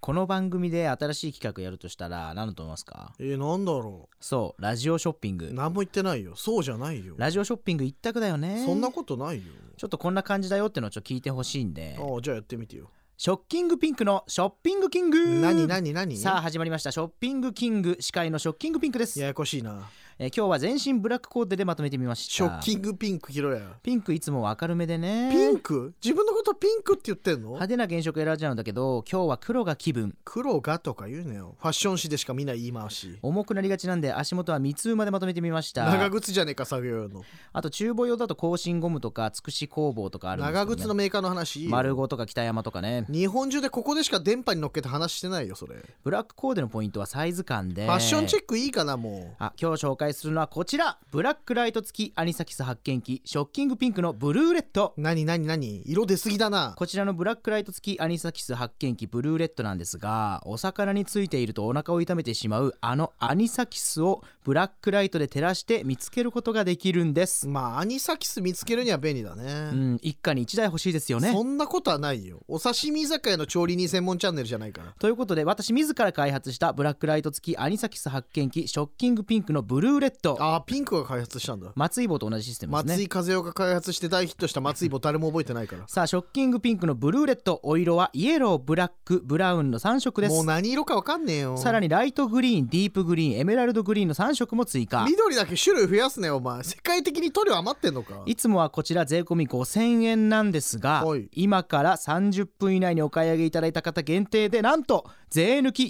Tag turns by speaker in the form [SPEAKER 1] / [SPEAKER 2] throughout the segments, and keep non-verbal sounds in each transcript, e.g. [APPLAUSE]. [SPEAKER 1] この番組で新しい企画やるとしたら何だと思いますか
[SPEAKER 2] えー、なんだろ
[SPEAKER 1] そうラジオショッピン
[SPEAKER 2] う
[SPEAKER 1] グ
[SPEAKER 2] 何も言ってないよそうじゃないよ
[SPEAKER 1] ラジオショッピング一択だよね
[SPEAKER 2] そんなことないよ
[SPEAKER 1] ちょっとこんな感じだよってのをちょっと聞いてほしいんで
[SPEAKER 2] ああじゃあやってみてよ
[SPEAKER 1] ショッキングピンクのショッピングキング
[SPEAKER 2] 何何何
[SPEAKER 1] さあ始まりましたショッピングキング司会のショッキングピンクです、
[SPEAKER 2] ややこしいな
[SPEAKER 1] えー今日は全身ブラックコーデでまとめてみました
[SPEAKER 2] ショッキングピンク着ろや
[SPEAKER 1] ピンクいつもは明るめでね
[SPEAKER 2] ピンク自分のことピンクって言ってんの
[SPEAKER 1] 派手な原色選んじゃうんだけど今日は黒が気分
[SPEAKER 2] 黒がとか言うなよファッション誌でしか見ない言い回し
[SPEAKER 1] 重くなりがちなんで足元は三つ馬でまとめてみました
[SPEAKER 2] 長靴じゃねえか作業用の
[SPEAKER 1] あと厨房用だと更新ゴムとかつくし工房とかあるんですけど、
[SPEAKER 2] 長
[SPEAKER 1] ね、
[SPEAKER 2] 靴のメーカーの話いいよ
[SPEAKER 1] 丸ごとか北山とかね
[SPEAKER 2] 日本中でここでしか電波に乗っけて話してないよそれ、
[SPEAKER 1] ブラックコーデのポイントはサイズ感で
[SPEAKER 2] ファッションチェ
[SPEAKER 1] ック
[SPEAKER 2] ックいいかなも
[SPEAKER 1] あ今日紹介するのはこちらブラックライト付きアニサキス発見器ショッキングピンクのブルーレッド
[SPEAKER 2] う何何何色出すぎだな
[SPEAKER 1] こちらのブラックライト付きアニサキス発見器ブルーレッドなんですがお魚についているとお腹を痛めてしまうあのアニサキスをブラックライトで照らして見つけることができるんです、
[SPEAKER 2] まあアニサキス見つけるには便利だ
[SPEAKER 1] う
[SPEAKER 2] ね、
[SPEAKER 1] ん、一家に一台欲しいですよね
[SPEAKER 2] そんなことはないよお刺身居酒屋の調理人専門チャンネルじゃないから
[SPEAKER 1] ということで私自ら開発したブラックライト付きアニサキス発見器ショッキングピンクのブルーレッド
[SPEAKER 2] あーピンクが開発したんだ
[SPEAKER 1] 松井棒と同じシステムです
[SPEAKER 2] 松
[SPEAKER 1] ね
[SPEAKER 2] 井風邪が開発して大ヒットした松井棒誰も覚えてないから
[SPEAKER 1] さあショッキングピンクのブルーレッドお色はイエローブラックブラウンの3色で
[SPEAKER 2] もう
[SPEAKER 1] す
[SPEAKER 2] 何色かわかんねえよ
[SPEAKER 1] さらにライトグリーンディープグリーンエメラルドグリーンの3色も追加
[SPEAKER 2] 緑だけ種類増やすねお前世界的に塗料余ってんのか
[SPEAKER 1] いつもはこちら税込み5000円なんですが、
[SPEAKER 2] はい
[SPEAKER 1] 今から30分以内にお買い上げいただいた方限定でなんと税抜き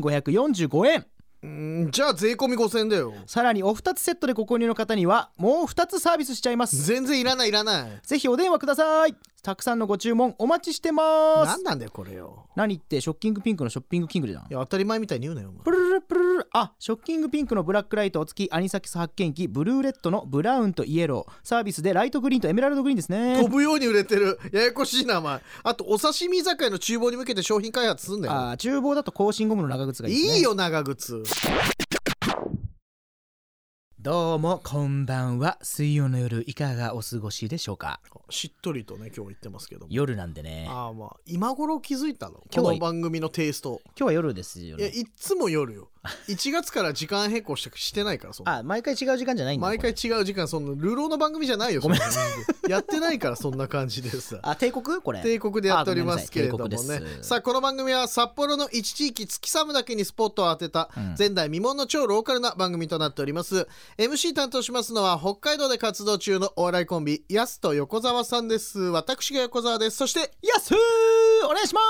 [SPEAKER 1] 4545円
[SPEAKER 2] うーんじゃあ税込み5000円だよ
[SPEAKER 1] さらにお二つセットでご購入の方にはもう2つサービスしちゃいます
[SPEAKER 2] 全然いらないいらない
[SPEAKER 1] ぜひお電話くださいたくさんのご注文お待ちしてま
[SPEAKER 2] 何
[SPEAKER 1] す
[SPEAKER 2] なんだよこれよ
[SPEAKER 1] 何言ってショッキングピンクのショッピングキングじゃん
[SPEAKER 2] いや当たり前みたいに言うなよお前
[SPEAKER 1] プルルルプルルルあショッキングピンクのブラックライトお付きアニサキス発見器ブルーレッドのブラウンとイエローサービスでライトグリーンとエメラルドグリーンですね
[SPEAKER 2] 飛ぶように売れてるややこしいなお前あとお刺身居酒屋の厨房に向けて商品開発すんだよ
[SPEAKER 1] あー厨房だと更新ゴムの長靴がいいですね
[SPEAKER 2] いいよ長靴
[SPEAKER 1] どうもこんばんは水曜の夜いかがお過ごしでしょうか
[SPEAKER 2] しっとりとね今日言ってますけども
[SPEAKER 1] 夜なんでね今
[SPEAKER 2] ああまあ今頃気づいたの
[SPEAKER 1] 今日
[SPEAKER 2] こ
[SPEAKER 1] は
[SPEAKER 2] の番組のテイスト
[SPEAKER 1] 日は夜ですよ
[SPEAKER 2] いや
[SPEAKER 1] ね
[SPEAKER 2] いっつも夜よ1月から時間変更してしてないからそんな
[SPEAKER 1] あ毎回違う時間じゃないんだ
[SPEAKER 2] 毎回
[SPEAKER 1] こ
[SPEAKER 2] 違う時間そのルローの番組じゃないよごめんやってないからそんな感じ [LAUGHS] でさ
[SPEAKER 1] れあ帝国これ
[SPEAKER 2] 帝国でやっておりますけれども
[SPEAKER 1] あごめんなさい
[SPEAKER 2] ね
[SPEAKER 1] 帝国です
[SPEAKER 2] さあこの番組は札幌の一地域月寒だけにスポットを当てた
[SPEAKER 1] うん
[SPEAKER 2] 前代未聞の超ローカルな番組となっております MC 担当しますのは北海道で活動中のお笑いコンビやすと横澤さんです私が横澤ですそして
[SPEAKER 1] やっすーお願いしま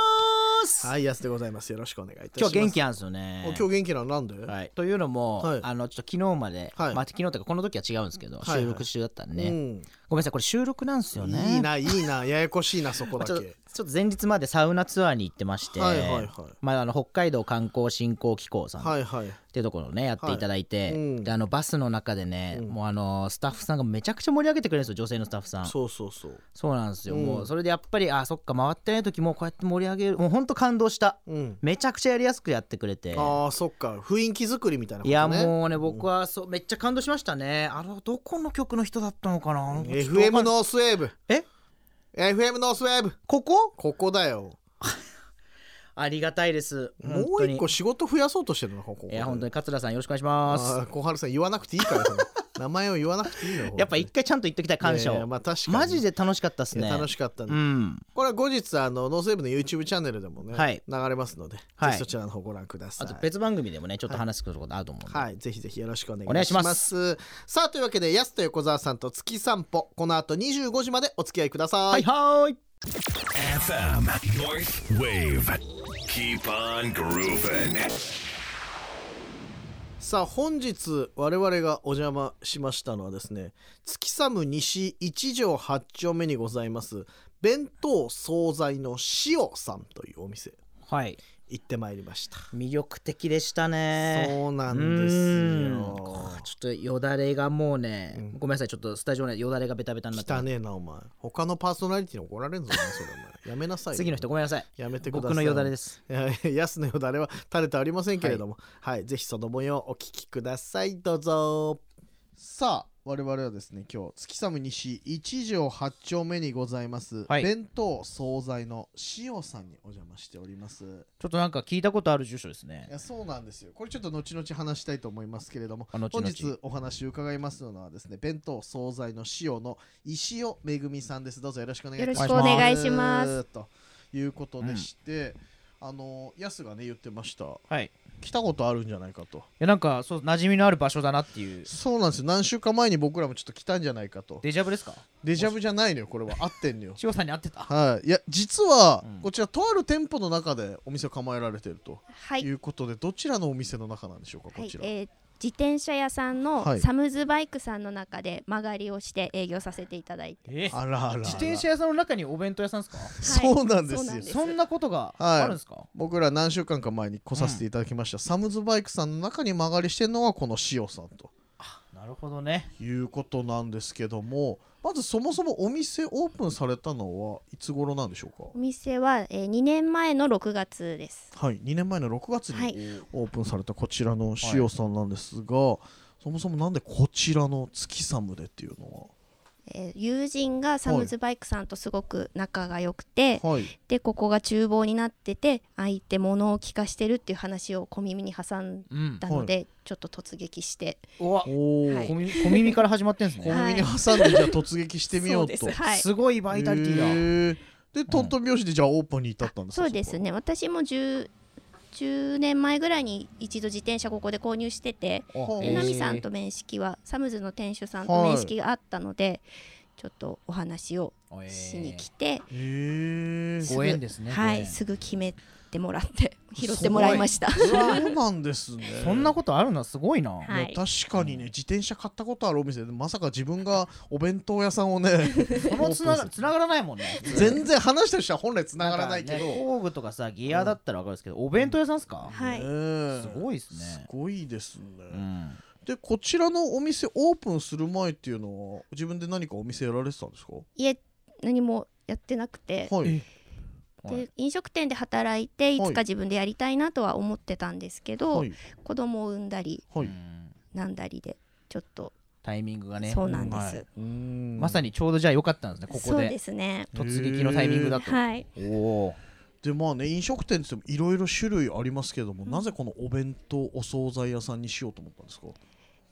[SPEAKER 1] す、
[SPEAKER 2] はいやすでございますよろしくお願いいたしま
[SPEAKER 1] 今
[SPEAKER 2] す
[SPEAKER 1] 日元気
[SPEAKER 2] や
[SPEAKER 1] なんですよね
[SPEAKER 2] 今日元気なのなんで、
[SPEAKER 1] はい、というのも、
[SPEAKER 2] はい
[SPEAKER 1] あのちょっと昨日まで、
[SPEAKER 2] はい
[SPEAKER 1] まあ、昨日というかこの時は違うんですけど、
[SPEAKER 2] はいはい
[SPEAKER 1] 収録中だったんで、
[SPEAKER 2] う
[SPEAKER 1] ね
[SPEAKER 2] ん
[SPEAKER 1] ごめんなさいこれ収録なんですよね
[SPEAKER 2] いいないいなややこしい
[SPEAKER 1] [LAUGHS]
[SPEAKER 2] なそこ
[SPEAKER 1] ま
[SPEAKER 2] だ
[SPEAKER 1] あちょっと
[SPEAKER 2] け
[SPEAKER 1] ちょっと前日までサウナツアーに行ってまして、
[SPEAKER 2] はいはいはい
[SPEAKER 1] まあ、あの北海道観光振興機構さん
[SPEAKER 2] はいはい
[SPEAKER 1] っていうところをねやっていただいて、
[SPEAKER 2] はいうん
[SPEAKER 1] であのバスの中でね、
[SPEAKER 2] うん
[SPEAKER 1] もうあのスタッフさんがめちゃくちゃ盛り上げてくれるんですよ女性のスタッフさんそう
[SPEAKER 2] そうそうそう
[SPEAKER 1] なんですよ、
[SPEAKER 2] うん
[SPEAKER 1] もうそれでやっぱりあそっか回ってない時もこうやって盛り上げるもうほんと感動した
[SPEAKER 2] うん
[SPEAKER 1] めちゃくちゃやりやすくやってくれて
[SPEAKER 2] あーそっか雰囲気作りみたいなこと
[SPEAKER 1] い
[SPEAKER 2] ね
[SPEAKER 1] やもうね僕はそうめっちゃ感動しましたねあのどこの曲の人だったのかなあのちょっとわか
[SPEAKER 2] FM
[SPEAKER 1] ん
[SPEAKER 2] ノースウェーブ
[SPEAKER 1] え
[SPEAKER 2] FM ノースウェーブ
[SPEAKER 1] ここ
[SPEAKER 2] ここだよ
[SPEAKER 1] ありがたいです
[SPEAKER 2] も
[SPEAKER 1] 本
[SPEAKER 2] う
[SPEAKER 1] 当に
[SPEAKER 2] 一個仕事増やそうとしてるのここ
[SPEAKER 1] いや本当
[SPEAKER 2] に
[SPEAKER 1] に桂さんよろしくお願いします
[SPEAKER 2] 小春さん言わなくていい
[SPEAKER 1] [LAUGHS]
[SPEAKER 2] からその名前を言わなくていいの
[SPEAKER 1] やっぱ一回ちゃんと言っときたい感謝
[SPEAKER 2] いやい
[SPEAKER 1] を
[SPEAKER 2] やまあ確かに
[SPEAKER 1] マジで楽しかったです
[SPEAKER 2] い
[SPEAKER 1] ね
[SPEAKER 2] や楽しかったね
[SPEAKER 1] うん
[SPEAKER 2] これは後日あのノースウェーブの YouTube チャンネルでもね、
[SPEAKER 1] はい
[SPEAKER 2] 流れますので、
[SPEAKER 1] はい
[SPEAKER 2] ぜひそちらの方ご覧くださ
[SPEAKER 1] あ
[SPEAKER 2] い
[SPEAKER 1] と別番組でもねちょっと話すことあると思うんで、
[SPEAKER 2] はい、ぜひぜひよろしくお願
[SPEAKER 1] お願い
[SPEAKER 2] い
[SPEAKER 1] し
[SPEAKER 2] し
[SPEAKER 1] ま
[SPEAKER 2] ますす。さあというわけで、やすと横澤さんと月散歩、この後25時までお付き合いください。
[SPEAKER 1] はいはーい
[SPEAKER 3] FM North Wave. Keep on grooving.
[SPEAKER 2] さあ本日我々がお邪魔しましたのはですね、月寒西一条八丁目にございます弁当惣菜の塩さんというお店
[SPEAKER 1] はい
[SPEAKER 2] 行ってまいりました。
[SPEAKER 1] 魅力的でしたね
[SPEAKER 2] そうな
[SPEAKER 1] うん
[SPEAKER 2] です
[SPEAKER 1] んこ
[SPEAKER 2] よ。
[SPEAKER 1] うちょっとよだれがもうね、ごめんなさいちょっとスタジオねよだれがベタベタになって
[SPEAKER 2] 汚ねえなお前。他のパーソナリティに怒られんぞお前それお前。やめなさいよ。
[SPEAKER 1] 次の人ごめんなさい
[SPEAKER 2] やめてください
[SPEAKER 1] 僕のよだれです
[SPEAKER 2] [LAUGHS] いやヤスのよだれは垂れてありませんけれども、はい、ぜひその模様をお聞きください。どうぞ。さあ、我々はですね今日月寒西一条八丁目にございます、
[SPEAKER 1] はい
[SPEAKER 2] 弁当惣菜の塩さんにお邪魔しております
[SPEAKER 1] ちょっとなんか聞いたことある住所ですね
[SPEAKER 2] いやそうなんですよこれちょっと後々話したいと思いますけれども
[SPEAKER 1] あ後
[SPEAKER 2] 本
[SPEAKER 1] 々
[SPEAKER 2] 日お話を伺いますのはですね弁当惣菜の塩の石尾めぐみさんですどうぞよろしくお願いいたします
[SPEAKER 1] よろしくお
[SPEAKER 4] 願いします
[SPEAKER 2] ということでして、あのヤスがね言ってました
[SPEAKER 1] はいい
[SPEAKER 2] 来たことあるんじゃないかと
[SPEAKER 1] やなんかそう馴染みのある場所だなっていう
[SPEAKER 2] そうなんですよ何週間前に僕らもちょっと来たんじゃないかと
[SPEAKER 1] デジャブですか
[SPEAKER 2] デジャブじゃないのよこれは [LAUGHS] 合ってんのよ
[SPEAKER 1] 塩さんに会ってた
[SPEAKER 2] はいいや実は
[SPEAKER 1] うん
[SPEAKER 2] こちらとある店舗の中でお店を構えられていると
[SPEAKER 4] はい
[SPEAKER 2] い。うことでどちらのお店の中なんでしょうか
[SPEAKER 4] は
[SPEAKER 2] こ
[SPEAKER 4] い
[SPEAKER 2] ち、ら
[SPEAKER 4] えー自転車屋さん
[SPEAKER 2] は
[SPEAKER 4] の
[SPEAKER 2] い
[SPEAKER 4] サムズバイクさんの中で曲がりをして営業させていただいて、
[SPEAKER 1] え
[SPEAKER 2] あらあらあら
[SPEAKER 1] 自転車屋さんの中にお弁当屋さんですか
[SPEAKER 4] はい
[SPEAKER 2] そうなんですよ
[SPEAKER 4] そうなんです
[SPEAKER 1] そんなことが
[SPEAKER 2] はい
[SPEAKER 1] あるんですか、
[SPEAKER 2] 僕ら何週間か前に来させていただきました、サムズバイクさんの中に曲がりしてるのはこの塩さんと
[SPEAKER 1] なるほどね
[SPEAKER 2] いうことなんですけどもまずそもそもお店オープンされたのはいつ頃なんでしょう
[SPEAKER 4] お店は、えー、2年前の6月です。
[SPEAKER 2] かはい2年前の6月
[SPEAKER 4] は
[SPEAKER 2] に
[SPEAKER 4] い、
[SPEAKER 2] オープンされたこちらの塩さんなんですが、そもそもなんでこちらの月寒でっていうの
[SPEAKER 4] えー友人がサムズバイクさんとすごく仲が良くて、
[SPEAKER 2] ははい
[SPEAKER 4] でここが厨房になってて相手物を聞かしてるっていう話を小耳に挟ん
[SPEAKER 1] うん
[SPEAKER 4] だので、ちょっと突撃して
[SPEAKER 1] うわ
[SPEAKER 2] おお、
[SPEAKER 4] はい
[SPEAKER 1] 小耳小耳から始まってんですね、
[SPEAKER 2] 小
[SPEAKER 4] はい
[SPEAKER 2] 耳に挟んでじゃあ突撃してみようと
[SPEAKER 4] そうです [LAUGHS] はい
[SPEAKER 1] すごいバイタリティ
[SPEAKER 2] へ
[SPEAKER 1] が
[SPEAKER 2] ーでトントン拍子でじゃあオープンに至ったんですか
[SPEAKER 4] そうですね私も 10, 10年前ぐらいに一度自転車ここで購入してて、
[SPEAKER 2] そこは
[SPEAKER 1] え
[SPEAKER 4] で
[SPEAKER 1] ー
[SPEAKER 4] ナ
[SPEAKER 1] 南
[SPEAKER 4] ミさんと面識はサムズの店主さんと
[SPEAKER 2] はい
[SPEAKER 4] 面識があったので、ちょっとお話をしに来て、
[SPEAKER 2] へえ
[SPEAKER 1] ご縁ですね
[SPEAKER 4] は
[SPEAKER 1] ご
[SPEAKER 4] い
[SPEAKER 1] 縁
[SPEAKER 4] すぐ決めても
[SPEAKER 1] [LAUGHS]
[SPEAKER 4] らって拾ってもらいました。
[SPEAKER 2] そうなんですね
[SPEAKER 1] そんなことあるのすごいな、
[SPEAKER 4] はい
[SPEAKER 2] いや確かにね自転車買ったことあるお店でまさか自分がお弁当屋さんを
[SPEAKER 4] [LAUGHS]
[SPEAKER 2] ね
[SPEAKER 1] そのつながつながらないもんね
[SPEAKER 2] [LAUGHS] 全然話した人は本来つながらないけ
[SPEAKER 1] ん
[SPEAKER 2] ど、
[SPEAKER 1] かね工具とかさギアだったらわかるんですけど、お弁当屋さんですか、
[SPEAKER 4] はい
[SPEAKER 2] ねえ
[SPEAKER 1] すごいですね
[SPEAKER 2] すごいですね、
[SPEAKER 1] うん
[SPEAKER 2] でこちらのお店オープンする前っていうのは自分で何かお店やられてたんですか
[SPEAKER 4] いえ何もやってなくて、
[SPEAKER 2] はい
[SPEAKER 1] は
[SPEAKER 4] で飲食店で働いてい
[SPEAKER 2] は
[SPEAKER 4] つ
[SPEAKER 2] い
[SPEAKER 4] か自分でやりたいなとは思ってたんですけど、
[SPEAKER 2] はい
[SPEAKER 4] 子供を産んだり
[SPEAKER 2] は
[SPEAKER 1] う
[SPEAKER 2] い
[SPEAKER 1] ん
[SPEAKER 4] なんだりでちょっと
[SPEAKER 1] タイミングがね
[SPEAKER 4] そうなんです、
[SPEAKER 1] はいま
[SPEAKER 2] ま
[SPEAKER 1] さにちょうどじゃあ良かったんですねここ
[SPEAKER 4] そうで
[SPEAKER 1] です
[SPEAKER 4] ね
[SPEAKER 1] 突撃のタイミングだと、
[SPEAKER 4] はい
[SPEAKER 1] おお
[SPEAKER 2] でまあね飲食店って言ってもいろいろ種類ありますけども、なぜこのお弁当お惣菜屋さんにしようと思ったんですか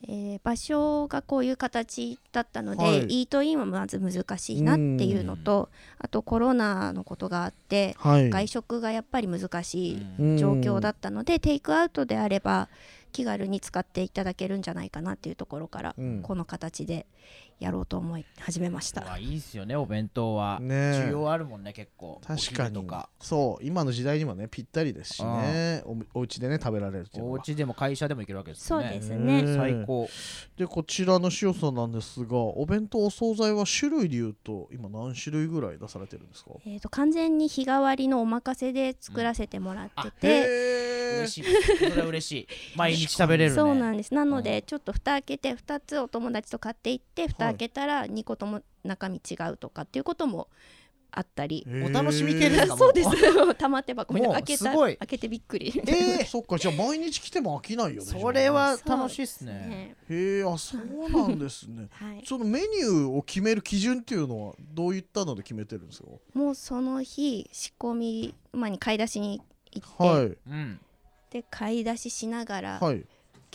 [SPEAKER 4] えー場所がこういう形だったので、
[SPEAKER 2] はい
[SPEAKER 4] イートインはまず難しいなっていうのとあとコロナのことがあって
[SPEAKER 2] はい
[SPEAKER 4] 外食がやっぱり難しい
[SPEAKER 2] うん
[SPEAKER 4] 状況だったのでテイクアウトであれば気軽に使っていただけるんじゃないかなっていうところから、
[SPEAKER 2] うん
[SPEAKER 4] この形でやろうと思い始めました。
[SPEAKER 1] いいっすよねお弁当は、
[SPEAKER 2] ねえ
[SPEAKER 1] 需要あるもんね結構
[SPEAKER 2] 確か
[SPEAKER 1] お昼
[SPEAKER 2] に
[SPEAKER 1] とか
[SPEAKER 2] そう今の時代にはねぴったりですしねおお家でね食べられるっていう
[SPEAKER 1] お
[SPEAKER 2] のは
[SPEAKER 1] 家でも会社でも行けるわけです
[SPEAKER 4] そ
[SPEAKER 1] ね
[SPEAKER 4] うです
[SPEAKER 2] ね
[SPEAKER 4] ね。
[SPEAKER 1] 最高
[SPEAKER 2] でこちらの塩さんなんですがお弁当お惣菜は種類でいうと今何種類ぐらい出されてるんですか
[SPEAKER 4] えー、と完全に日替わりのお任せで作らせてもらってて、
[SPEAKER 2] へ
[SPEAKER 1] 嬉しいですそれは嬉しい毎日食べれるね
[SPEAKER 4] そうなんんですなのでちょっと蓋開けて2つお友達と買っていって蓋開けたら2個とも中身違うとかっていうこともあったり、
[SPEAKER 1] お楽しみ系ですか
[SPEAKER 4] [LAUGHS] そうです
[SPEAKER 1] も
[SPEAKER 4] 玉手箱みたいな
[SPEAKER 1] もう
[SPEAKER 4] 開けた
[SPEAKER 1] すごい
[SPEAKER 4] 開けてびっくり
[SPEAKER 2] えーそっかじゃあ毎日来ても飽きないよね
[SPEAKER 1] それは
[SPEAKER 4] そう
[SPEAKER 1] 楽しいっすね
[SPEAKER 4] [LAUGHS] ね
[SPEAKER 2] へえあそうなんです
[SPEAKER 4] [LAUGHS]
[SPEAKER 2] ね
[SPEAKER 4] はい、
[SPEAKER 2] そのメニューを決める基準っていうのはどういったので決めてるんですか
[SPEAKER 4] もうその日仕込みまあに買い出しに行って、
[SPEAKER 2] はい
[SPEAKER 1] うん
[SPEAKER 4] で買い出ししながら、
[SPEAKER 2] はいへ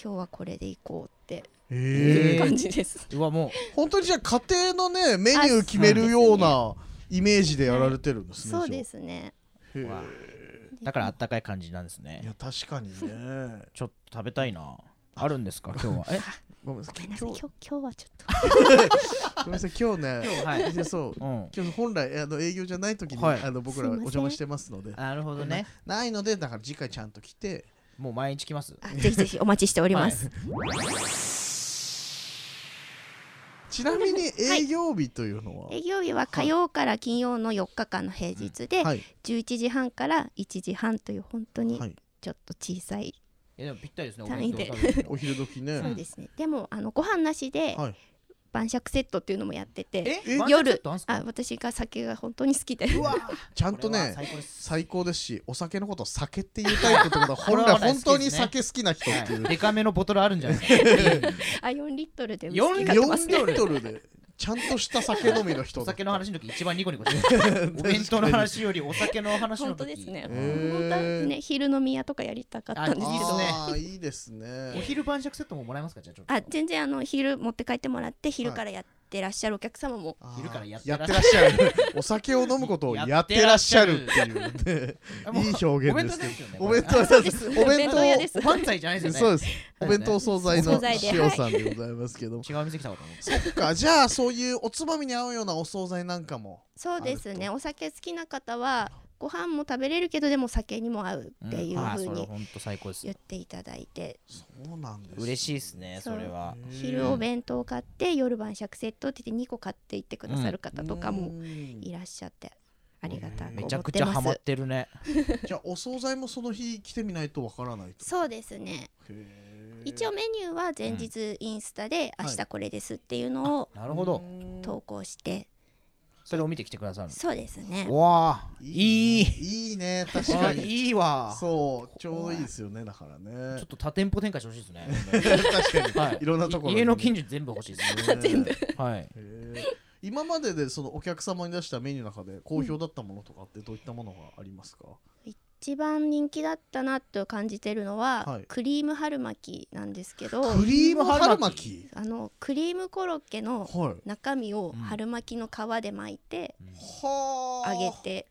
[SPEAKER 4] 今日はこれで行こうって
[SPEAKER 1] へえ
[SPEAKER 2] え
[SPEAKER 4] 感じです、
[SPEAKER 1] うわも
[SPEAKER 2] 本当にじゃあ家庭のねメニュー決めるようなイメージでやられてるんですね、
[SPEAKER 4] そうですね
[SPEAKER 2] じゃあ
[SPEAKER 1] うわ
[SPEAKER 2] へ
[SPEAKER 1] だからあったかい感じなんです
[SPEAKER 2] えい
[SPEAKER 1] ね
[SPEAKER 2] や確かにね
[SPEAKER 1] ちょっと食べたいなあるんです
[SPEAKER 2] [LAUGHS]
[SPEAKER 1] か今日はえ
[SPEAKER 2] ごめんなさ
[SPEAKER 4] ごめ
[SPEAKER 2] い
[SPEAKER 4] んなさ
[SPEAKER 2] 今
[SPEAKER 4] い今
[SPEAKER 2] 日
[SPEAKER 4] 日今日はちょっ
[SPEAKER 2] ご
[SPEAKER 4] と
[SPEAKER 2] めんなさい今日ね
[SPEAKER 1] 今日はい
[SPEAKER 2] やそう
[SPEAKER 1] うん
[SPEAKER 2] 今日本来あの営業じゃない時に、
[SPEAKER 1] はい
[SPEAKER 2] あの僕らお
[SPEAKER 4] すいません
[SPEAKER 2] 邪魔してますので
[SPEAKER 1] なるほどね
[SPEAKER 2] ないのでだから次回ちゃんと来て
[SPEAKER 1] もう毎日来ます
[SPEAKER 4] あぜひぜひお待ちしております、
[SPEAKER 2] ちなみに
[SPEAKER 4] はい
[SPEAKER 2] 営業日というのは、
[SPEAKER 4] 営業日は火曜から金曜の4日間の平日で、
[SPEAKER 2] はい
[SPEAKER 4] 11時半から1時半という本当に
[SPEAKER 2] はい
[SPEAKER 4] ちょっと小さい、
[SPEAKER 1] えでもぴったりですね
[SPEAKER 4] 単位で
[SPEAKER 1] お弁当食べるの
[SPEAKER 2] お昼時ね
[SPEAKER 1] ん
[SPEAKER 4] そうですねでもあのご飯なしで
[SPEAKER 2] はい
[SPEAKER 4] 晩酌セットっていうのもやってて
[SPEAKER 1] え晩酌セッ
[SPEAKER 4] 夜
[SPEAKER 1] トあんすか
[SPEAKER 4] あ私が酒が本当に好きで
[SPEAKER 1] うわ
[SPEAKER 2] ちゃんと
[SPEAKER 1] これは
[SPEAKER 2] ね
[SPEAKER 1] 最高です
[SPEAKER 2] 最高ですしお酒のことを酒っていうタイプってことは
[SPEAKER 1] これ
[SPEAKER 2] 本
[SPEAKER 1] は
[SPEAKER 2] 来
[SPEAKER 1] まだ好き
[SPEAKER 2] 本当に
[SPEAKER 1] ですね
[SPEAKER 2] 酒好きな人っていう、
[SPEAKER 1] デカめのボトルあるんじ
[SPEAKER 2] [LAUGHS]
[SPEAKER 1] ゃないですか
[SPEAKER 4] [LAUGHS] あ4リットルでウイスキ
[SPEAKER 1] 四
[SPEAKER 4] ー
[SPEAKER 1] リ
[SPEAKER 4] 買ってます
[SPEAKER 2] 4
[SPEAKER 4] ね
[SPEAKER 2] リットルでちゃんとした酒飲みの人
[SPEAKER 1] お
[SPEAKER 2] だ
[SPEAKER 1] 酒の話の時一番ニコニコして
[SPEAKER 2] [LAUGHS]
[SPEAKER 1] るお弁当の話よりお酒の話の
[SPEAKER 4] 本
[SPEAKER 1] 時
[SPEAKER 4] 当ですね、
[SPEAKER 2] ー
[SPEAKER 4] 本当はね昼飲み屋とかやりたかったんですけ
[SPEAKER 1] いいっ
[SPEAKER 4] ど
[SPEAKER 1] すね
[SPEAKER 2] あーいいです
[SPEAKER 1] お
[SPEAKER 2] ね
[SPEAKER 1] 昼晩酌セットももらえますかじゃあちょっと
[SPEAKER 4] あ全然あの昼持って帰ってもらって昼からやってらっしゃるお客様も、
[SPEAKER 2] あー
[SPEAKER 1] 昼からやって
[SPEAKER 2] や
[SPEAKER 1] ら
[SPEAKER 2] っ
[SPEAKER 1] ってし
[SPEAKER 2] らっしゃるお酒を飲むことをやってらっしゃるっていうね
[SPEAKER 1] あもう
[SPEAKER 2] いい表現ですけど
[SPEAKER 1] お
[SPEAKER 2] お
[SPEAKER 1] 弁
[SPEAKER 2] 弁
[SPEAKER 1] 当
[SPEAKER 2] 当
[SPEAKER 4] そう
[SPEAKER 2] で
[SPEAKER 4] ですす
[SPEAKER 2] お弁
[SPEAKER 4] お弁当屋です
[SPEAKER 1] お漫才じゃないで
[SPEAKER 2] 当
[SPEAKER 1] す
[SPEAKER 2] そう
[SPEAKER 1] よね
[SPEAKER 2] ですお弁当惣菜の
[SPEAKER 4] お惣菜で
[SPEAKER 2] 塩さんでございますけども
[SPEAKER 1] 違う店来たかと思って
[SPEAKER 2] そっかじゃあそういうおつまみに合うようなお惣菜なんかも
[SPEAKER 4] そうです
[SPEAKER 2] ある
[SPEAKER 4] ね
[SPEAKER 2] と
[SPEAKER 4] お酒好きな方はご飯も食べれるけどでも酒にも合うっていう
[SPEAKER 1] あー
[SPEAKER 4] 風
[SPEAKER 1] それ
[SPEAKER 4] に
[SPEAKER 1] 本当最高です
[SPEAKER 4] 言っていただいて、
[SPEAKER 2] そうなんです
[SPEAKER 1] 嬉しいですねそれは
[SPEAKER 4] 昼お弁当買って夜晩酌セットって言って2個買っていってくださる方とかも
[SPEAKER 2] うん
[SPEAKER 4] いらっしゃってありがたく思
[SPEAKER 1] め
[SPEAKER 4] っ
[SPEAKER 1] ち
[SPEAKER 4] て
[SPEAKER 1] ゃくちゃハマ
[SPEAKER 4] ま
[SPEAKER 1] っ
[SPEAKER 4] す
[SPEAKER 1] てるね
[SPEAKER 2] じゃあお惣菜もその日来てみないとわからないと
[SPEAKER 4] そうですね一応メニューは前日インスタで
[SPEAKER 2] うん
[SPEAKER 4] 明日これですっていうのを
[SPEAKER 1] なるほど
[SPEAKER 4] 投稿して、
[SPEAKER 1] それを見てきてくださる
[SPEAKER 4] そうですね
[SPEAKER 1] のわあいい
[SPEAKER 2] いいいね確かに
[SPEAKER 1] いいわちょ
[SPEAKER 2] そうちょうどいいですよねだからね
[SPEAKER 1] っと多店舗展開してほしいで
[SPEAKER 2] [LAUGHS]
[SPEAKER 1] すね
[SPEAKER 2] 確か
[SPEAKER 1] は
[SPEAKER 2] にいろんなところに
[SPEAKER 1] 家の近所に全部欲しいです
[SPEAKER 2] [LAUGHS]
[SPEAKER 1] ね
[SPEAKER 4] 全部
[SPEAKER 1] はい
[SPEAKER 2] へー今まででそのお客様に出したメニューの中で好評だったものとかってどういったものがありますか、
[SPEAKER 4] 一番人気だったなと感じてるのは、
[SPEAKER 2] はい
[SPEAKER 4] クリーム春巻きなんですけど
[SPEAKER 2] クリーム春巻き
[SPEAKER 4] あのクリームコロッケの
[SPEAKER 2] はい
[SPEAKER 4] 中身を
[SPEAKER 1] うん
[SPEAKER 4] 春巻きの皮で巻いて
[SPEAKER 2] は
[SPEAKER 4] 揚げて、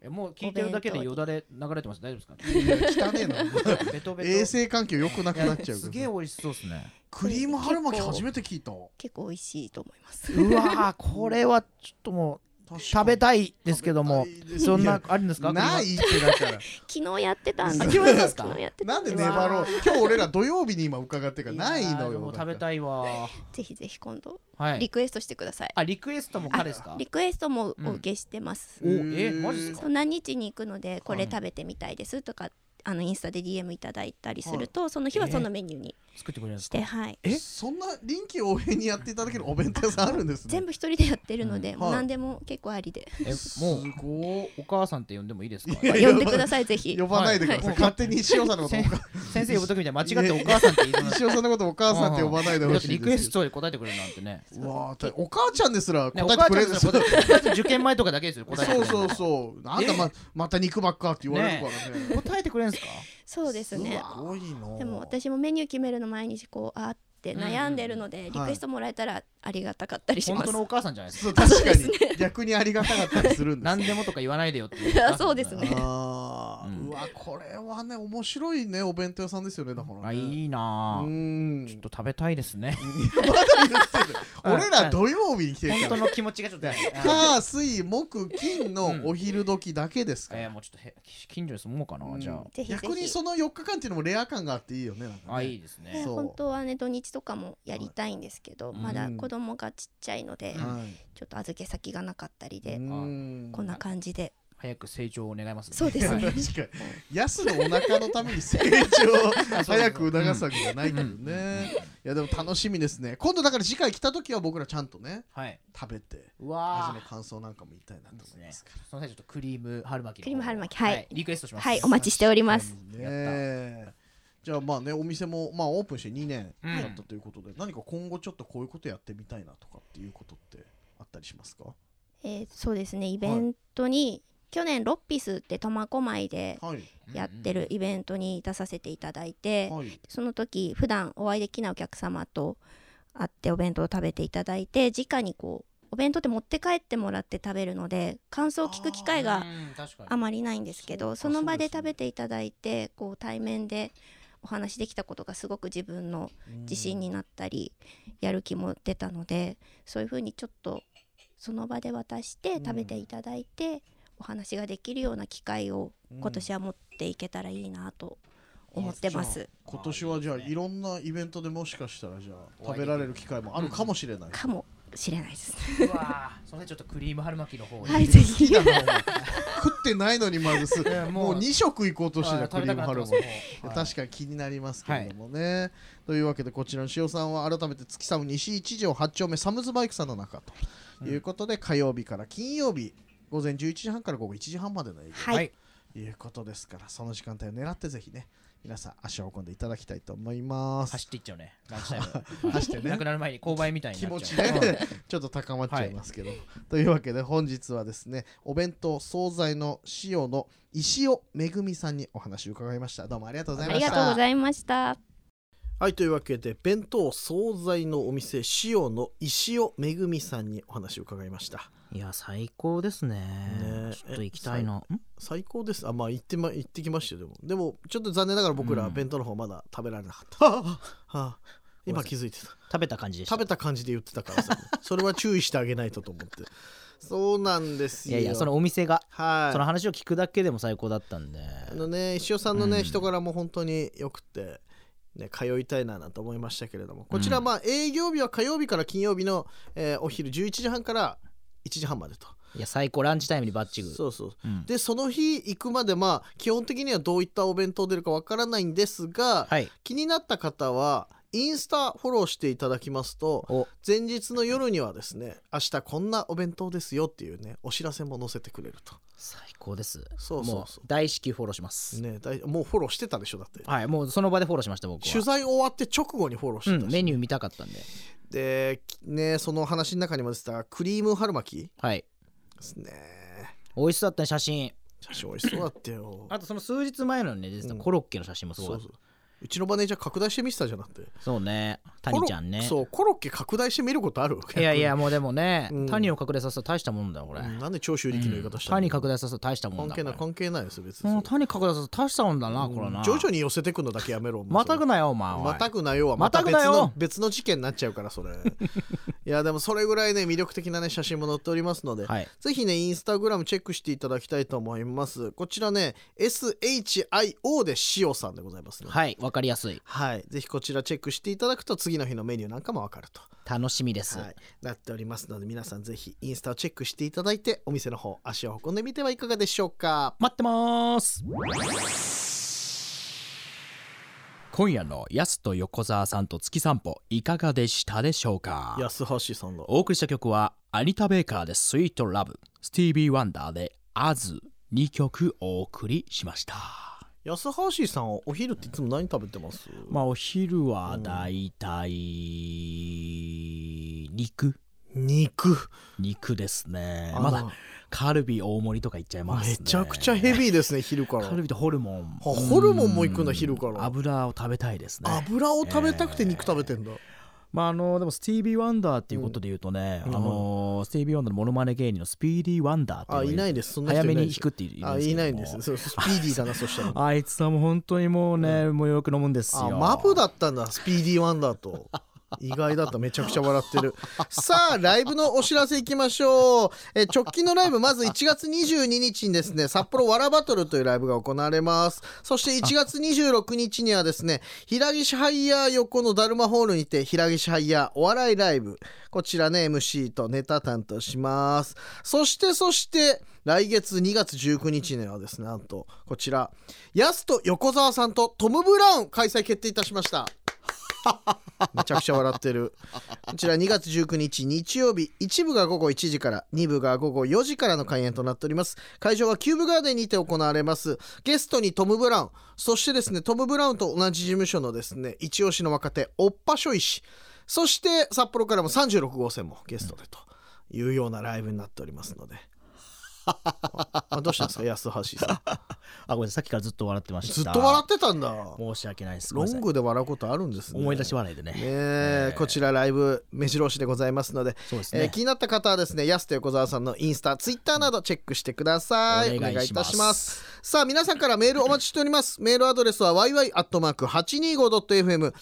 [SPEAKER 1] えもう聞いてるだけでよだれ流れてます大丈夫です
[SPEAKER 2] いや汚ねえな
[SPEAKER 1] かベトベト
[SPEAKER 2] [LAUGHS] 衛生環境良くなくなっちゃう
[SPEAKER 1] すげえ美味しそうですね
[SPEAKER 2] クリーム春巻き初めて聞いた
[SPEAKER 4] 結構美味しいと思います
[SPEAKER 1] うわーこれはちょっともう食べたいですけども
[SPEAKER 2] 食べたいです
[SPEAKER 1] そんなあるんですか
[SPEAKER 2] ないってだから
[SPEAKER 4] 昨日やってたんで
[SPEAKER 1] あ昨日やったんすか
[SPEAKER 4] 昨日やって
[SPEAKER 2] なんで
[SPEAKER 4] す
[SPEAKER 2] 粘ろう今日俺ら土曜日に今伺ってるからないの
[SPEAKER 1] も
[SPEAKER 2] よ
[SPEAKER 1] う食べたい
[SPEAKER 2] [LAUGHS]
[SPEAKER 1] わ
[SPEAKER 4] ぜひぜひ今度
[SPEAKER 1] はい
[SPEAKER 4] リクエストしてください、
[SPEAKER 1] あリクエストも彼ですか
[SPEAKER 4] リクエストもお受けしてます、
[SPEAKER 1] おえマジです
[SPEAKER 4] そ
[SPEAKER 1] か
[SPEAKER 4] う何日に行くのでこれ食べてみたいですとかあのインスタで DM いただいたりすると、その日はそのメニューに
[SPEAKER 1] 作ってくれるんで
[SPEAKER 4] し
[SPEAKER 1] す
[SPEAKER 4] て、
[SPEAKER 1] か
[SPEAKER 4] はい
[SPEAKER 1] え
[SPEAKER 2] そんな臨機応変にやっていただけるお弁当屋さんあるんですね
[SPEAKER 4] 全部一人でやってるので、
[SPEAKER 2] ん
[SPEAKER 4] もう
[SPEAKER 2] はい
[SPEAKER 4] 何でも結構ありで、
[SPEAKER 1] えもう
[SPEAKER 2] ご
[SPEAKER 1] お母さんって呼んでもいい
[SPEAKER 2] [LAUGHS]
[SPEAKER 1] ですか
[SPEAKER 2] いや
[SPEAKER 1] 先
[SPEAKER 2] や
[SPEAKER 4] 呼んでくださいぜひ
[SPEAKER 2] 呼ばないでください、
[SPEAKER 1] はい
[SPEAKER 2] 勝手に石尾さんのことお母
[SPEAKER 1] 生呼ぶ時みたいに間違ってお母さんって言いそうになる
[SPEAKER 2] [LAUGHS] 石尾さんのことお母さんって呼ば [LAUGHS] ないで
[SPEAKER 1] だ
[SPEAKER 2] ほ
[SPEAKER 1] っ
[SPEAKER 2] してい
[SPEAKER 1] リクエス
[SPEAKER 2] ト
[SPEAKER 1] トで答えてくれるなんてね
[SPEAKER 2] わあお母ちゃんですら
[SPEAKER 1] ね
[SPEAKER 2] 答えてくれるんです
[SPEAKER 1] お
[SPEAKER 2] よ、
[SPEAKER 1] 母ちゃんですよ受験前とかだけですよ答えてく
[SPEAKER 2] そ
[SPEAKER 1] れ
[SPEAKER 2] う
[SPEAKER 1] るの
[SPEAKER 2] そうそうあんたままた肉ばっかって言われるからね
[SPEAKER 1] 答えてくれるんですか
[SPEAKER 4] そうですね
[SPEAKER 2] すごいな
[SPEAKER 4] でも私もメニュー決めるの毎日こうあーって悩んでるので、リクエストもらえたらありがたかったりし
[SPEAKER 1] 本
[SPEAKER 4] ま
[SPEAKER 1] 当
[SPEAKER 4] す
[SPEAKER 1] のお母さんじゃないですか
[SPEAKER 2] そう確かに逆にありがたかったりするんです
[SPEAKER 1] 何でもとか言わないでよってい
[SPEAKER 4] あ [LAUGHS] そうですね
[SPEAKER 2] ああ、
[SPEAKER 1] うん
[SPEAKER 2] うわこれはね面白いねお弁当屋さんですよねだからね
[SPEAKER 1] あいいうなあ
[SPEAKER 2] ーん
[SPEAKER 1] ちょっと食べたいですねうん
[SPEAKER 2] [LAUGHS] 俺ら土曜日に来てる
[SPEAKER 1] 本
[SPEAKER 2] か
[SPEAKER 1] 当
[SPEAKER 2] ら
[SPEAKER 1] の気持ちがちょっとね
[SPEAKER 2] 火水木金のお昼時だけですから、
[SPEAKER 1] えーもうちょっとへ近所に住もうかなじゃ
[SPEAKER 4] ぜひぜひ
[SPEAKER 2] 逆にその4日間っていうのもレア感があっていいよねなんか
[SPEAKER 1] あ
[SPEAKER 2] ね
[SPEAKER 1] あいいですね
[SPEAKER 2] そう
[SPEAKER 4] 本当はね土日とかもやりたいんですけど、
[SPEAKER 1] い
[SPEAKER 4] まだ子供がちっちゃいので、
[SPEAKER 2] はい
[SPEAKER 4] ちょっと預け先がなかったりで、
[SPEAKER 2] うーん
[SPEAKER 4] こんな感じで
[SPEAKER 1] 早く成長を願います
[SPEAKER 4] そうです
[SPEAKER 1] はい
[SPEAKER 4] ね
[SPEAKER 2] 確かにヤスのお腹のために成長を早く促すわけじゃないけどねいやでも楽しみですね今度だから次回来た時は僕らちゃんとね
[SPEAKER 1] [LAUGHS] はい
[SPEAKER 2] 食べて
[SPEAKER 1] うわ
[SPEAKER 2] 味の
[SPEAKER 1] あ
[SPEAKER 2] 感想なんかも言いたいなと
[SPEAKER 1] です
[SPEAKER 2] 思い
[SPEAKER 1] ね
[SPEAKER 2] ますか
[SPEAKER 1] その際ちょっとクリーム春巻きの方
[SPEAKER 4] クリーム春巻きはい
[SPEAKER 1] リクエストします
[SPEAKER 4] はいお待ちしており
[SPEAKER 2] ら
[SPEAKER 4] ます、
[SPEAKER 2] ねえじゃあまあねお店もまあオープンして2年
[SPEAKER 1] うん
[SPEAKER 2] だったということで何か今後ちょっとこういうことやってみたいなとかっていうことってあったりしますか
[SPEAKER 4] えーそうですねイベントに、去年ロッピスって苫小牧で
[SPEAKER 2] はい
[SPEAKER 4] やってるイベントに出させていただいて、
[SPEAKER 2] はい
[SPEAKER 4] その時普段お会いできないお客様と会ってお弁当を食べていただいて直にこうお弁当って持って帰ってもらって食べるので感想を聞く機会が
[SPEAKER 1] うん確かに
[SPEAKER 4] あまりないんです
[SPEAKER 2] そ
[SPEAKER 4] け
[SPEAKER 2] う
[SPEAKER 4] ど
[SPEAKER 2] か
[SPEAKER 4] その場で
[SPEAKER 2] そうですね
[SPEAKER 4] 食べていただいてこう対面でお話できたことがすごく自分の自信になったりやる気も出たのでそういうふうにちょっとその場で渡して食べていただいてお話ができるような機会を今年は持っていけたらいいなと思ってます
[SPEAKER 2] 今年はじゃあいろんなイベントでもしかしたらじゃあ食べられる機会もあるかもしれない
[SPEAKER 4] かもしれないです。
[SPEAKER 1] うわーその辺ちょっとクリーム春巻きの方に
[SPEAKER 4] はい、ぜひ。
[SPEAKER 1] 好きなのを
[SPEAKER 2] 食ってないのにまずす
[SPEAKER 1] いやも
[SPEAKER 2] も
[SPEAKER 1] う
[SPEAKER 2] う2食行こうとして
[SPEAKER 1] あ
[SPEAKER 2] た
[SPEAKER 1] ー
[SPEAKER 2] クリームハルモン
[SPEAKER 1] 食べたくなってますもうはい
[SPEAKER 2] 確かに気になりますけれどもね、というわけでこちらの塩さんは改めて月寒西一条八丁目サムズバイクさんの中ということで、火曜日から金曜日午前11時半から午後1時半までの営業
[SPEAKER 4] はい。
[SPEAKER 1] はい
[SPEAKER 2] ということですからその時間帯を狙ってぜひね皆さん足を運んでいただきたいと思います
[SPEAKER 1] 走っていっちゃうねランチタイム [LAUGHS]
[SPEAKER 2] 走って
[SPEAKER 1] な
[SPEAKER 2] ね
[SPEAKER 1] くなる前に購買みたいに
[SPEAKER 2] 気
[SPEAKER 1] なっ
[SPEAKER 2] 持ち
[SPEAKER 1] ちゃう
[SPEAKER 2] ね、 [LAUGHS] ちょっと高まっちゃいますけど、というわけで本日はですねお弁当惣菜の塩の石尾めぐみさんにお話を伺いましたどうもありがとうござい
[SPEAKER 4] あ
[SPEAKER 2] まし
[SPEAKER 4] り
[SPEAKER 2] た
[SPEAKER 4] がとうございました。
[SPEAKER 2] はいというわけで弁当惣菜のお店塩の石尾めぐみさんにお話を伺いました
[SPEAKER 1] いや最高ですね
[SPEAKER 2] ね
[SPEAKER 1] ちょっと行きたいな
[SPEAKER 2] 最高ですあまあ行って,、ま、行ってきましたよでもでもちょっと残念ながら僕ら
[SPEAKER 1] うん
[SPEAKER 2] 弁当の方まだ食べられなか [LAUGHS] った、はあはあ今気づいてた
[SPEAKER 1] 食べた感じでした
[SPEAKER 2] 食べた感じで言ってたからさそれは注意してあげないとと思ってそうなんです
[SPEAKER 1] い
[SPEAKER 2] よ
[SPEAKER 1] やいやそのお店が
[SPEAKER 2] はい
[SPEAKER 1] その話を聞くだけでも最高だったんで
[SPEAKER 2] あのね石尾さんのね、
[SPEAKER 1] うん
[SPEAKER 2] 人柄も本当によくて、ね、通いたいななんて思いましたけれどもこちら
[SPEAKER 1] うん
[SPEAKER 2] まあ営業日は火曜日から金曜日の、えーお昼11時半から1時半までと
[SPEAKER 1] いや最高ランチタイムにバッチグ
[SPEAKER 2] そうそう
[SPEAKER 1] うん
[SPEAKER 2] でその日行くまでまあ基本的にはどういったお弁当出るかわからないんですが、
[SPEAKER 1] はい
[SPEAKER 2] 気になった方はインスタフォローしていただきますと
[SPEAKER 1] お
[SPEAKER 2] 前日の夜にはですね明日こんなお弁当ですよっていうねお知らせも載せてくれると
[SPEAKER 1] 最高です
[SPEAKER 2] そうそう
[SPEAKER 1] も
[SPEAKER 2] そう
[SPEAKER 1] 大至急フォローします
[SPEAKER 2] ねだいもうフォローしてたでしょだって
[SPEAKER 1] はいもうその場でフォローしました僕
[SPEAKER 2] 取
[SPEAKER 1] は
[SPEAKER 2] 材終わって直後にフォローし
[SPEAKER 1] う
[SPEAKER 2] てたし、
[SPEAKER 1] んメニュー見たかったんで
[SPEAKER 2] できねその話の中にも出てたクリーム春巻き
[SPEAKER 1] はい
[SPEAKER 2] ですね
[SPEAKER 1] 美味しそうだったね写真
[SPEAKER 2] 写真美味しそうだったよ
[SPEAKER 1] あとその数日前のね実は
[SPEAKER 2] うん
[SPEAKER 1] コロッケの写真もすご
[SPEAKER 2] そ
[SPEAKER 1] かっ
[SPEAKER 2] う
[SPEAKER 1] た
[SPEAKER 2] そううちのマネージャー拡大して見てたじゃなくて
[SPEAKER 1] そうね谷ちゃんね
[SPEAKER 2] コロそうコロッケ拡大して見ることある
[SPEAKER 1] いやいやもうでもね、
[SPEAKER 2] うん
[SPEAKER 1] 谷を拡大させたら大したもんだよこれ、
[SPEAKER 2] うんなんで長州力の言い方したの
[SPEAKER 1] 谷拡大させたら大したもん
[SPEAKER 2] 関
[SPEAKER 1] だ
[SPEAKER 2] 係ない
[SPEAKER 1] こ
[SPEAKER 2] 関係ないです別
[SPEAKER 1] れ
[SPEAKER 2] に
[SPEAKER 1] うん谷拡大させたら大したもんだな、これな
[SPEAKER 2] 徐々に寄せてくのだけやめろお前
[SPEAKER 1] またぐなよお前おい
[SPEAKER 2] またくなよはまた
[SPEAKER 1] また
[SPEAKER 2] 別
[SPEAKER 1] ぐな
[SPEAKER 2] の
[SPEAKER 1] よ
[SPEAKER 2] 別の事件になっちゃうからそれいやでもそれぐらいね魅力的なね写真も載っておりますので、
[SPEAKER 1] はい
[SPEAKER 2] ぜひねインスタグラムチェックしていただきたいと思いますこちらね SHIO で塩さんでございますね
[SPEAKER 1] はいわかりやすい
[SPEAKER 2] はい、ぜひこちらチェックしていただくと次の日のメニューなんかもわかると、
[SPEAKER 1] 楽しみです、
[SPEAKER 2] はい、なっておりますので皆さんぜひインスタをチェックしていただいてお店の方足を運んでみてはいかがでしょうか
[SPEAKER 1] 待ってます今夜のやすと横澤さんと月散歩いかがでしたでしょうか
[SPEAKER 2] 安橋さんの
[SPEAKER 1] お送りした曲はアニタ・ベイカーで「スイート・ラブ」スティービー・ワンダーで「アズ」2曲お送りしました
[SPEAKER 2] 安橋さんはお昼っていつも何食べてます、
[SPEAKER 1] まあお昼はだいたい肉
[SPEAKER 2] 肉
[SPEAKER 1] 肉ですね
[SPEAKER 2] あ
[SPEAKER 1] まだカルビ大盛りとかいっちゃいますね
[SPEAKER 2] めちゃくちゃヘビーですね昼から
[SPEAKER 1] カルビとホルモン
[SPEAKER 2] あホルモンも行くんだ昼から
[SPEAKER 1] うん油を食べたいですね
[SPEAKER 2] 油を食べたくて肉食べてんだ、
[SPEAKER 1] まああのでもスティービー・ワンダーっていうことで言うとね、
[SPEAKER 2] うん
[SPEAKER 1] あのスティービー・ワンダーのモノマネ芸人のスピーディー・ワンダーっていうの
[SPEAKER 2] あ
[SPEAKER 1] が
[SPEAKER 2] いない
[SPEAKER 1] る
[SPEAKER 2] ですそんな人
[SPEAKER 1] 早め
[SPEAKER 2] いな
[SPEAKER 1] に
[SPEAKER 2] いで
[SPEAKER 1] 引
[SPEAKER 2] す
[SPEAKER 1] くっている
[SPEAKER 2] あいないんです
[SPEAKER 1] けども
[SPEAKER 2] そうスピーディーだなそしたら
[SPEAKER 1] あいつはもう本当にもうね、もうよく飲むんです
[SPEAKER 2] あ
[SPEAKER 1] よ
[SPEAKER 2] マブだったんだスピーディーワンダーと意外だっためちゃくちゃ
[SPEAKER 1] [LAUGHS]
[SPEAKER 2] 笑ってるさあライブのお知らせいきましょうえ直近のライブまず1月22日にですね札幌わらバトルというライブが行われますそして1月26日にはですね平岸ハイヤー横のダルマホールにて平岸ハイヤーお笑いライブこちらね MC とネタ担当しますそしてそして来月2月19日にはですねなんとこちらヤスと横澤さんとトム・ブラウン開催決定いたしました [LAUGHS] めちゃくちゃ笑ってるこちら2月19日日曜日1部が午後1時から2部が午後4時からの開演となっております会場はキューブガーデンにて行われますゲストにトム・ブラウンそしてですねトム・ブラウンと同じ事務所のですね一押しの若手おっぱしょいしそして札幌からも36号線もゲストでというようなライブになっておりま
[SPEAKER 1] [LAUGHS]
[SPEAKER 2] すのであどうしたんですか安橋さん
[SPEAKER 1] あごめんなさいさっきからずっと笑ってました
[SPEAKER 2] ずっと笑ってたんだ
[SPEAKER 1] 申し訳ないですご
[SPEAKER 2] ロ
[SPEAKER 1] めんなさ
[SPEAKER 2] ン
[SPEAKER 1] い
[SPEAKER 2] グで笑うことあるんですね
[SPEAKER 1] 思い出し笑いでね
[SPEAKER 2] ねえこちらライブ目白押しでございますので
[SPEAKER 1] そうですね
[SPEAKER 2] えー気になった方はですね安と横澤さんのインスタツイッターなどチェックしてください
[SPEAKER 1] お願いします
[SPEAKER 2] たしますさあ皆さんからメールお待ちしておりますメールアドレスは yy.825.fm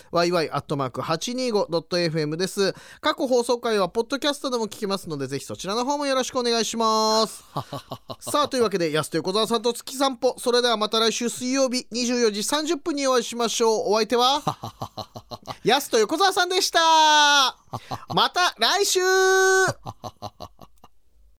[SPEAKER 2] yy.825.fm です過去放送回はポッドキャストでも聞きますのでぜひそちらの方もよろしくお願いしますさあというわけで安と横澤さんと月散歩それではまた来週水曜日24時30分にお会いしましょうお相手はヤスと横澤さんでした。また来週